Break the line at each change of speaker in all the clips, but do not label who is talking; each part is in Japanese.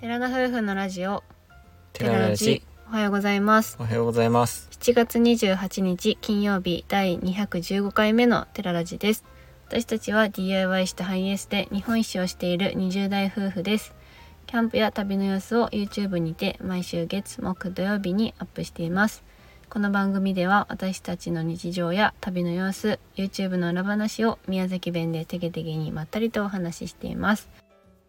寺田夫婦のラジオ
寺田氏
おはようございます
おはようございます
7月28日金曜日第215回目の寺ラジです私たちは DIY したハイエースで日本一周をしている20代夫婦ですキャンプや旅の様子を YouTube にて毎週月木土曜日にアップしていますこの番組では私たちの日常や旅の様子 YouTube の裏話を宮崎弁でテゲテゲにまったりとお話ししています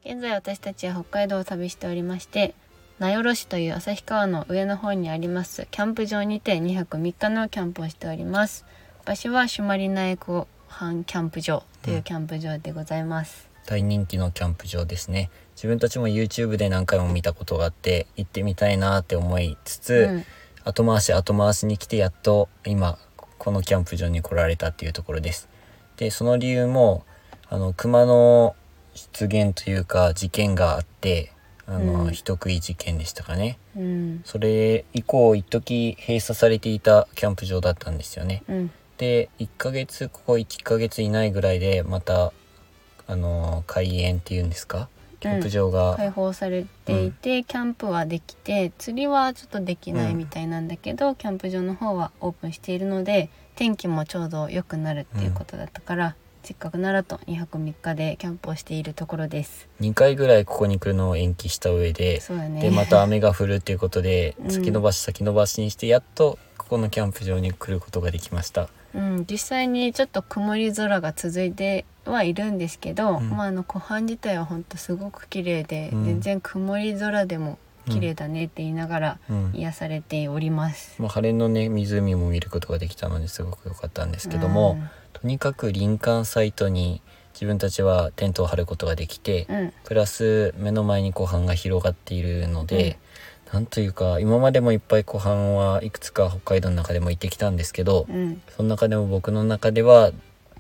現在私たちは北海道を旅しておりまして名寄市という旭川の上の方にありますキャンプ場にて2泊3日のキャンプをしております場所は朱鞠内湖畔キャンプ場というキャンプ場でございます、
大人気のキャンプ場ですね自分たちも YouTube で何回も見たことがあって行ってみたいなって思いつつ、
うん
後回し後回しに来てやっと今このキャンプ場に来られたっていうところですでその理由もあの熊の出現というか事件があってあの、
うん
人食い事件でしたかね
うん
それ以降一時閉鎖されていたキャンプ場だったんですよね
うん
で1ヶ月ここ1ヶ月いないぐらいでまたあの開園っていうんですかキャンプ場
開
が、
放されていて、キャンプはできて釣りはちょっとできないみたいなんだけど、キャンプ場の方はオープンしているので天気もちょうど良くなるっていうことだったから、せっかくならと2泊3日でキャンプをしているところです。
2回ぐらいここに来るのを延期した上で
そうだね
でまた雨が降るっていうことで
うん
先延ばし先延ばしにしてやっとここのキャンプ場に来ることができました
うん、実際にちょっと曇り空が続いてはいるんですけど、
うん
まあ、あの湖畔自体は本当すごく綺麗で、
うん
全然曇り空でも綺麗だねって言いながら
うん
癒されております。
もう晴れのね湖も見ることができたのですごく良かったんですけども、とにかく林間サイトに自分たちはテントを張ることができて、
うん、うん
プラス目の前に湖畔が広がっているので、なんというか今までもいっぱい湖畔はいくつか北海道の中でも行ってきたんですけど、
うん
その中でも僕の中では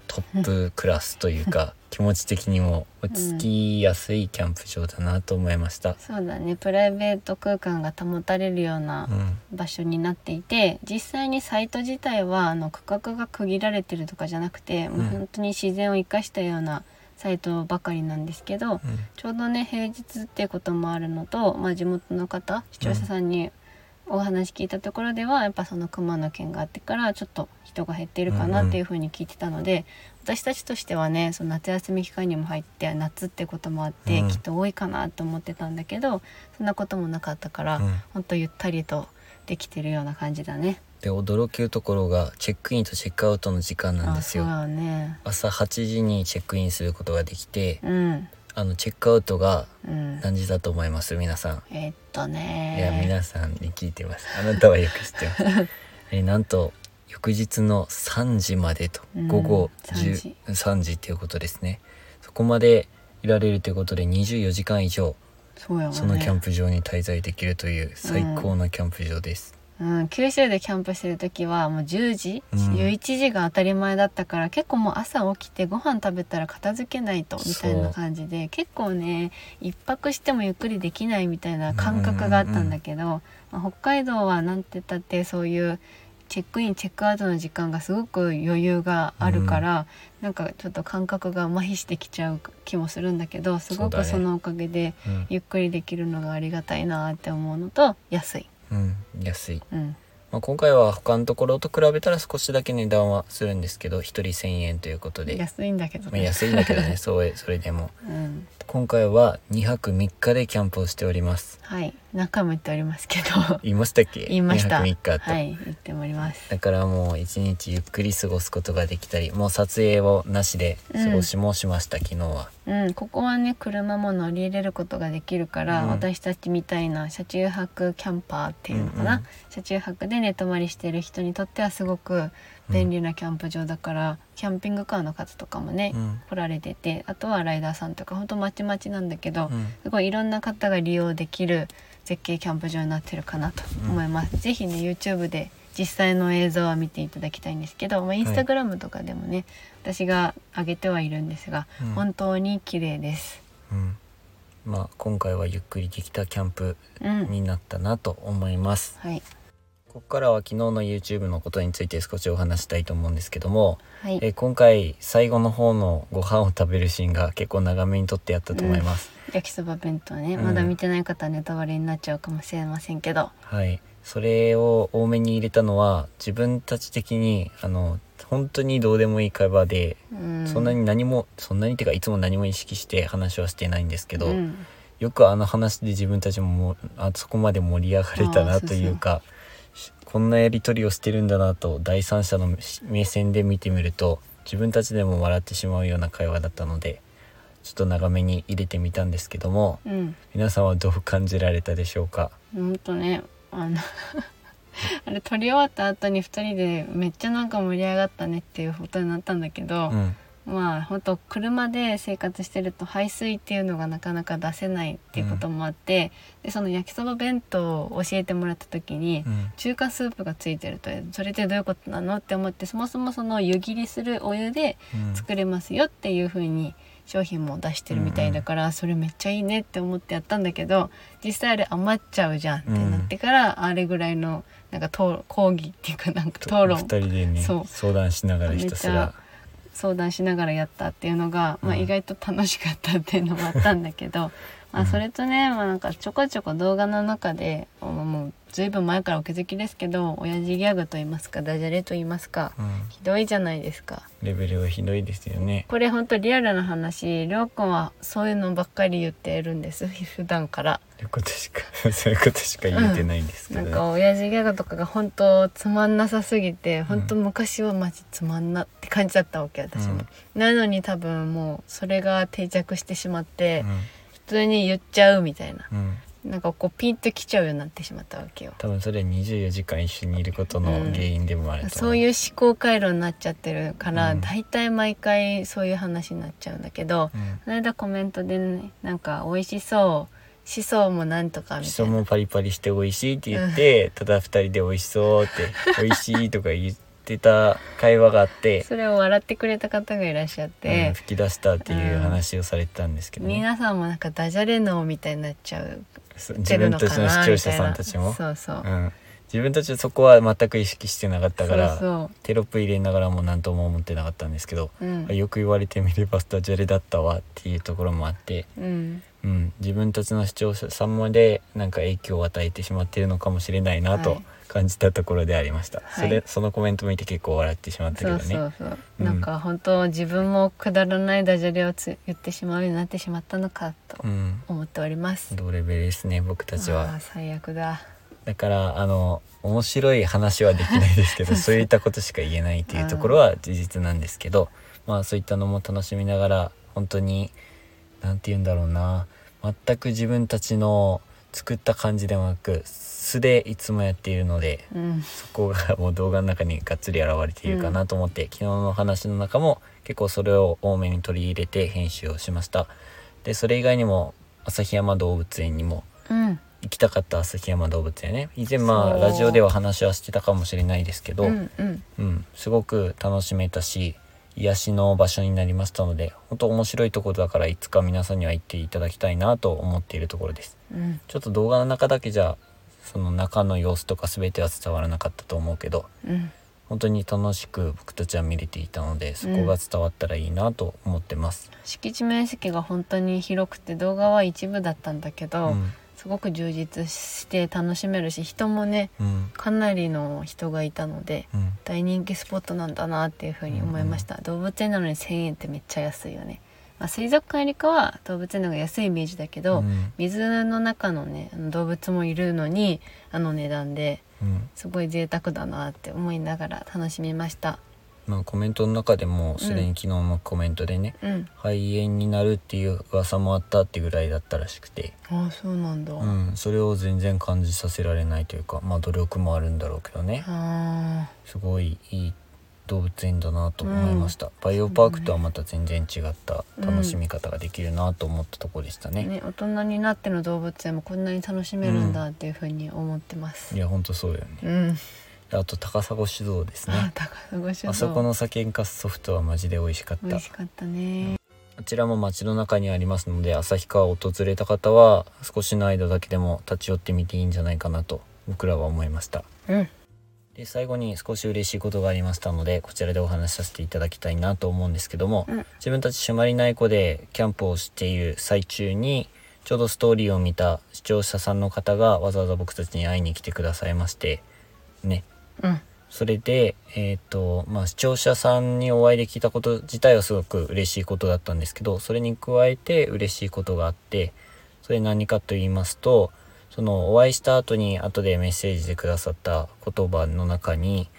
トップクラスというか気持ち的にも落ち着きやすいキャンプ場だなと思いました。
そうだねプライベート空間が保たれるような
うん
場所になっていて実際にサイト自体はあの区画が区切られてるとかじゃなくて、もう本当に自然を生かしたようなサイトばかりなんですけど、
うん
ちょうどね平日っていうこともあるのと、まあ、地元の方視聴者さんにお話聞いたところでは、やっぱその熊の件があってからちょっと人が減っているかなっていうふうに聞いてたので、私たちとしてはねその夏休み期間にも入って夏ってこともあって、
うん
きっと多いかなと思ってたんだけどそんなこともなかったから、
うん
ほんとゆったりとできてるような感じだね。
で驚きるところがチェックインとチェックアウトの時間なんです
あ
よ。
そうだね
朝8時にチェックインすることができて、
うん
あのチェックアウトが
うん
何時だと思います皆さん。
えっと
いや
ね
皆さんに聞いてますあなたはよく知ってます えーなんと翌日の3時までと
うん
午後
3
10
時
3, 時っていうことですねそこまでいられるということで24時間以上
そうやわね
そのキャンプ場に滞在できるという最高のキャンプ場です、
うん、九州でキャンプしてる時はもう10時、
うん
11時が当たり前だったから結構もう朝起きてご飯食べたら片付けないとみたいな感じで結構ね一泊してもゆっくりできないみたいな感覚があったんだけど、まあ北海道はなんて言ったってそういうチェックインチェックアウトの時間がすごく余裕があるから、なんかちょっと感覚が麻痺してきちゃう気もするんだけどすご
そうだ
く
ね
そのおかげで
うん
ゆっくりできるのがありがたいなって思うのと安い。
うん安い、
うん
まあ、今回は他のところと比べたら少しだけ値段はするんですけど1人1,000円ということで、
安いんだけど
まあ、安いんだけどねそうそれでも
うん、
今回は2泊3日でキャンプをしております
はい何回も言っておりますけ ど
言いましたっけ
言いました
2泊3日と、
はい言っております
だからもう一日ゆっくり過ごすことができたりもう撮影をなしで過ごしもしました、昨日は
うんここはね車も乗り入れることができるから、
うん
私たちみたいな車中泊キャンパーっていうのかな、
うんうん
車中泊で寝泊まりしてる人にとってはすごく便利なキャンプ場だから、キャンピングカーの数とかもね、
うん
来られててあとはライダーさんとかほんとまちまちなんだけど、
うん
すごいいろんな方が利用できる絶景キャンプ場になってるかなと思います。ぜひね YouTube で実際の映像は見ていただきたいんですけど、まあ、インスタグラムとかでもね、私が上げてはいるんですが、
うん
本当に綺麗です。
うんまあ今回はゆっくりできたキャンプ
うん、
になったなと思います、
はい、
ここからは昨日の YouTube のことについて少しお話したいと思うんですけども、
はい
えー今回最後の方のご飯を食べるシーンが結構長めに撮ってやったと思います、
焼きそば弁当ね、
うん
まだ見てない方はネタバレになっちゃうかもしれませんけど
はいそれを多めに入れたのは自分たち的にあの本当にどうでもいい会話で、
うん
そんなに何もそんなにっていうかいつも何も意識して話はしてないんですけど、
うん
よくあの話で自分たちももうあそこまで盛り上がれた
あー
な
そう
というかしこんなやり取りをしてるんだなと第三者の目目線で見てみると自分たちでも笑ってしまうような会話だったのでちょっと長めに入れてみたんですけども
うん
皆さんはどう感じられたでしょうか
ほんとねあの あれ撮り終わった後に2人でめっちゃなんか盛り上がったねっていうことになったんだけど
う、ん
まあほんと車で生活してると排水っていうのがなかなか出せないっていうこともあって、でその焼きそば弁当を教えてもらった時に、
うん
中華スープがついてるとそれってどういうことなのって思ってそもそもその湯切りするお湯で
うん
作れますよっていう風に商品も出してるみたいだから、それめっちゃいいねって思ってやったんだけど実際あれ余っちゃうじゃんってなってから、あれぐらいのなんか討講義っていうかなんか
と
討
二
論
人でね
そう
相談しながらひたすら
相談しながらやったっていうのが、まあ、
うん
意外と楽しかったっていうのもあったんだけど、 ま
う
あ
ん
それとね、まあ、なんかちょこちょこ動画の中でもうずいぶん前からお気づきですけど親父ギャグと言いますかダジャレと言いますか
うん
ひどいじゃないですか。
レベルはひどいですよね。
これ本当リアルな話りょうくんはそういうのばっかり言ってるんです普段から
そういうことしか そういうことしか言えてないんですけ
な
ど
ん
ね。
か親父ギャグとかが本当つまんなさすぎて本当昔はマジつまんなって感じだったわけ私も、なのに多分もうそれが定着してしまって普通に言っちゃうみたいな
うんうん
なんかこうピンときちゃうようになってしまったわけよ
多分それは24時間一緒にいることの原因でもあると思
そういう
う。
思考回路になっちゃってるから、
うん
大体毎回そういう話になっちゃうんだけど、
うん
この間コメントでねなんか美味しそうしそもなんとかみ
シ
た
ソ
いな
もパリパリして美味しいって言って、ただ二人で美味しそ うって美味しいとか言ってた会話があって、
それを笑ってくれた方がいらっしゃっ
うん
て、
吹き出したっていう話をされてたんですけどね。
皆さんもなんかダジャレ脳みたいになっちゃう
そう
て
自
る
分
のか
たちの
な
視
み
聴
た
者
い
さん
な
たちも、
そうそう、
うん、自分たちはそこは全く意識してなかったから、
そう
テロップ入れながらも何とも思ってなかったんですけど、
そううん、
よく言われてみればスタジャレだったわっていうところもあって、
うん、
うん、自分たちの視聴者さんまでなんか影響を与えてしまっているのかもしれないな
は
と
い
感じたところでありました、
はい
それそのコメント見て結構笑ってしまったけ
そ
ど
う
ね
そうそう、
うん
なんか本当自分もくだらないダジャレをつ言ってしまうようになってしまったのかと
うん
思っております、
同レベルですね僕たち
あ
は
ー最悪だ
だからあの面白い話はできないですけど そういったことしか言えないっていうところは事実なんですけどまあそういったのも楽しみながら本当に何て言うんだろうな全く自分たちの作った感じではなく素でいつもやっているので
うん
そこがもう動画の中にがっつり現れているかなと思って、昨日の話の中も結構それを多めに取り入れて編集をしましたでそれ以外にも旭山動物園にも
うん
行きたかった旭山動物園ね以前まあ
そう
ラジオでは話はしてたかもしれないですけど、
う
うん
んうん
すごく楽しめたし癒しの場所になりましたので本当面白いところだからいつか皆さんには行っていただきたいなと思っているところです
うん
ちょっと動画の中だけじゃその中の様子とか全ては伝わらなかったと思うけど
うん
本当に楽しく僕たちは見れていたのでそこが伝わったらいいなと思ってます。
敷地面積が本当に広くて動画は一部だったんだけ
う
ど、
ん、
すごく充実して楽しめるし人もね
うん、
かなりの人がいたので
うん、
大人気スポットなんだなっていうふうに思いました、動物園なのに1,000円ってめっちゃ安いよね、まあ、水族館よりかは動物園の方が安いイメージだけど、
うん、
水の中のねあの動物もいるのにあの値段で
うん、
すごい贅沢だなって思いながら楽しみました
まあコメントの中でもすでに昨日のコメントでね、
うん
肺炎になるっていう噂もあったってぐらいだったらしくて、
ああそうなんだ、
う
あ
ん、それを全然感じさせられないというか、まあ努力もあるんだろうけどね、
あ
すごいいい動物園だなと思いました。バイオパークとはまた全然違った楽しみ方ができるなと思ったところでしたね。
ね、大人になっての動物園もこんなに楽しめるんだっていうふうに思ってます
い。や本当そうよね。
うん。
あと高砂酒造です
あ
ね。
高砂ご酒
あそこの酒んかすソフトはマジで美味しかっ
美
た
味しかったね。
こちらも街の中にありますので旭川を訪れた方は少しの間だけでも立ち寄ってみていいんじゃないかなと僕らは思いました
うん。
で最後に少し嬉しいことがありましたのでこちらでお話しさせていただきたいなと思うんですけども、
うん
自分たち朱鞠内湖でキャンプをしている最中にちょうどストーリーを見た視聴者さんの方がわざわざ僕たちに会いに来てくださいましてね
うん
それで、えーっとまあ、視聴者さんにお会いできたこと自体はすごく嬉しいことだったんですけどそれに加えて嬉しいことがあってそれ何かと言いますとそのお会いした後に後でメッセージでくださった言葉の中に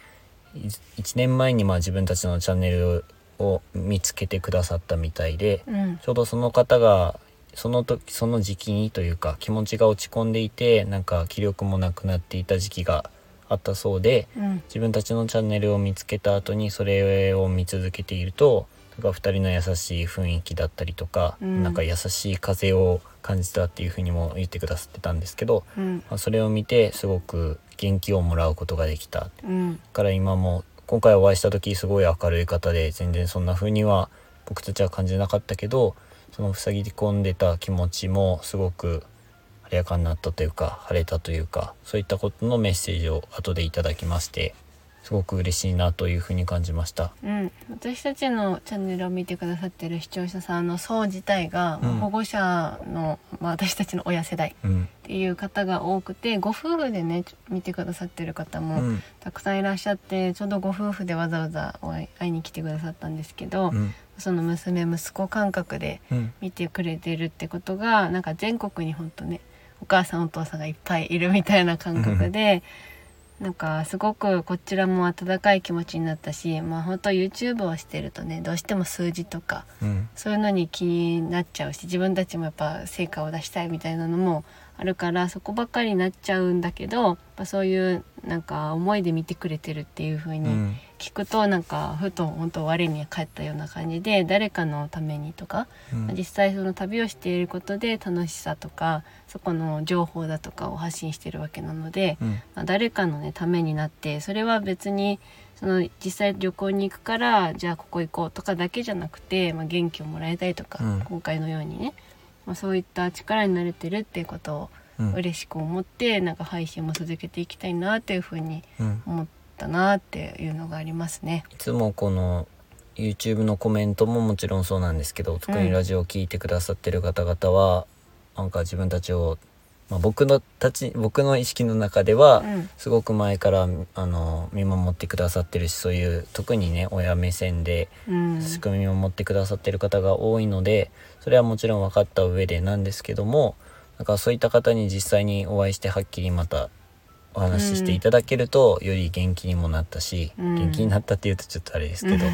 1年前にまあ自分たちのチャンネルを見つけてくださったみたいで、
うん
ちょうどその方がその時その時期にというか気持ちが落ち込んでいてなんか気力もなくなっていた時期があったそうで
うん
自分たちのチャンネルを見つけた後にそれを見続けているとなんか2人の優しい雰囲気だったりとか、
うん
なんか優しい風を感じたっていうふうにも言ってくださってたんですけど、
うん
まあ、それを見てすごく元気をもらうことができた
うん
だから今も今回お会いした時すごい明るい方で全然そんな風には僕たちは感じなかったけどその塞ぎ込んでた気持ちもすごく晴れやかになったというか晴れたというかそういったことのメッセージを後でいただきましてすごく嬉しいなという風に感じました。
うん、私たちのチャンネルを見てくださってる視聴者さんの層自体が、
うん
保護者の、まあ、私たちの親世代
うん、
っていう方が多くてご夫婦でねちょ見てくださってる方
う
も
ん、
たくさんいらっしゃって、ちょうどご夫婦でわざわざお会い会いに来てくださったんですけど、
うん、
その娘息子感覚で
うん、
見てくれてるってことがなんか全国にほんとねお母さんお父さんがいっぱいいるみたいな感覚でなんかすごくこちらも温かい気持ちになったしまあ本当 YouTube をしてるとねどうしても数字とか
うん、
そういうのに気になっちゃうし自分たちもやっぱ成果を出したいみたいなのもあるからそこばっかりになっちゃうんだけどやっぱそういうなんか思いで見てくれてるっていう風
う
に
ん、
聞くとなんかふと本当我に返ったような感じで誰かのためにとか実際その旅をしていることで楽しさとかそこの情報だとかを発信してるわけなので、
うん、
まあ、誰かのねためになってそれは別にその実際旅行に行くからじゃあここ行こうとかだけじゃなくて、まあ、元気をもらいたいとか、
うん
今回のようにね、まあ、そういった力になれてるっていうことを
うん、
嬉しく思ってなんか配信も続けていきたいなっていうふうに
うん。
思ったなっていうのがありますね。
いつもこの YouTube のコメントももちろんそうなんですけど特にラジオを聞いてくださってる方々は、なんか自分たちを、まあ、僕のたち僕の意識の中では、
うん
すごく前からあの見守ってくださってるしそういう特にね親目線で
うん
仕組みを持ってくださってる方が多いのでそれはもちろん分かった上でなんですけどもなんかそういった方に実際にお会いしてはっきりまたお話ししていただけると、より元気にもなったし、
うん
元気になったっていうとちょっとあれですけど、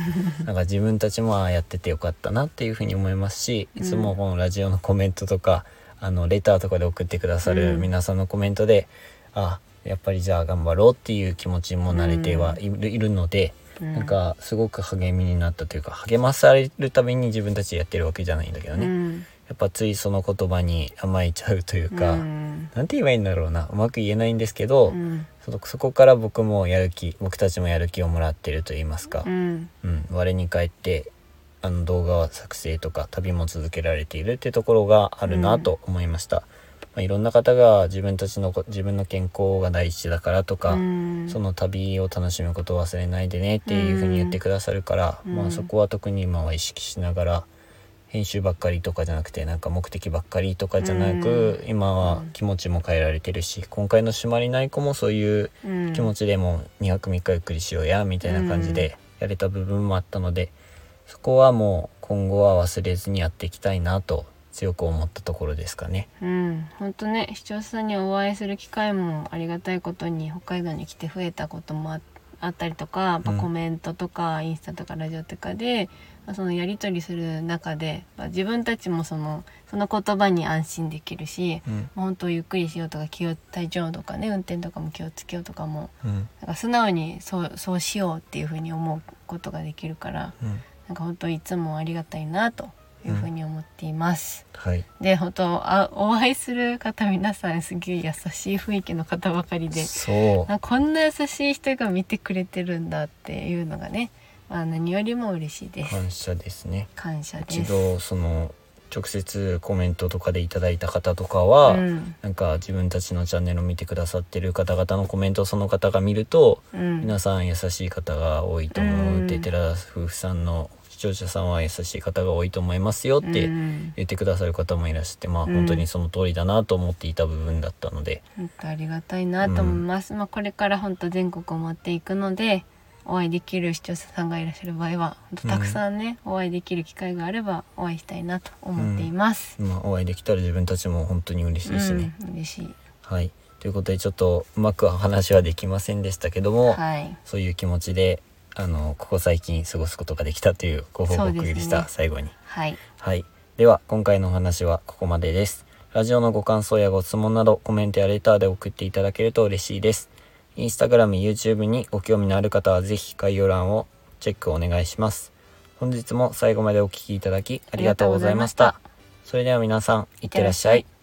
なんか自分たちもああやっててよかったなっていうふうに思いますしいつもこのラジオのコメントとかあのレターとかで送ってくださ
う
る
ん
皆さんのコメントで、あやっぱりじゃあ頑張ろうっていう気持ちも慣れてはいる,、いるので。なんかすごく励みになったというか励まされるために自分たちでやってるわけじゃないんだけどね、
う
や
ん
っぱついその言葉に甘えちゃうというか、
うん
なんて言えばいいんだろうなうまく言えないんですけ
う
ど、
ん
そのそこから僕もやる気僕たちもやる気をもらってると言いますか
う、ん
うん我に返ってあの動画作成とか旅も続けられているってところがあるなと思いました、まあ、いろんな方が自分たちのこ自分の健康が第一だからとか、
うん
その旅を楽しむことを忘れないでねっていうふうに言ってくださるから、
うん
まあそこは特に今は意識しながら編集ばっかりとかじゃなくてなんか目的ばっかりとかじゃなく、今は気持ちも変えられてるし今回の「締まりない子」もそういう気持
ち
ちでも2泊3日ゆっくりしようやみたいな感じでやれた部分もあったのでそこはもう今後は忘れずにやっていきたいなと強く思ったところですかね。
うん本当ね視聴者さんにお会いする機会もありがたいことに北海道に来て増えたこともああったりとかやっぱ
うん
コメントとかインスタとかラジオとかで、まあそのやり取りする中で、まあ自分たちもそのその言葉に安心できるし
うん
もう本当ゆっくりしようとか気を体調とかね運転とかも気をつけようとかも
うん
なんか素直にそうそうしようっていうふうに思うことができるから
うん
なんか本当いつもありがたいなというふうに思っています。
はい、
で本当あお会いする方皆さんすげえ優しい雰囲気の方ばかりで
そう
あこんな優しい人が見てくれてるんだっていうのがね、まあ、何よりも嬉しいです
感謝ですね
感謝で
一
す
度その直接コメントとかでいただいた方とかは、
うん
なんか自分たちのチャンネルを見てくださってる方々のコメントをその方が見ると、
うん
皆さん優しい方が多いと思うって、
うん
寺田夫婦さんの視聴者さんは優しい方が多いと思いますよっ
う
て
ん
言ってくださる方もいらして、まあ
うん
本当にその通りだなと思っていた部分だったので、
本当ありがたいなと思います、まあこれから本当全国を回っていくのでお会いできる視聴者さんがいらっしゃる場合は本当たくさんね、お会いできる機会があればお会いしたいなと思っています、
まあ、お会いできたら自分たちも本当に嬉しいしね。
うん嬉しい
はいということでちょっとうまくは話はできませんでしたけども、
はい
そういう気持ちであのここ最近過ごすことができたというご報
そうで
告
す
で
ね
した、最後に。
はい
はい。では、今回のお話はここまでです。ラジオのご感想やご質問など、コメントやレターで送っていただけると嬉しいです。インスタグラム、YouTube にご興味のある方は、ぜひ概要欄をチェックお願いします。本日も最後までお聴きいただき、ありがとうございました。
ありがとう
それでは皆さん、いってらっしゃ
いってらっしゃ
い
い。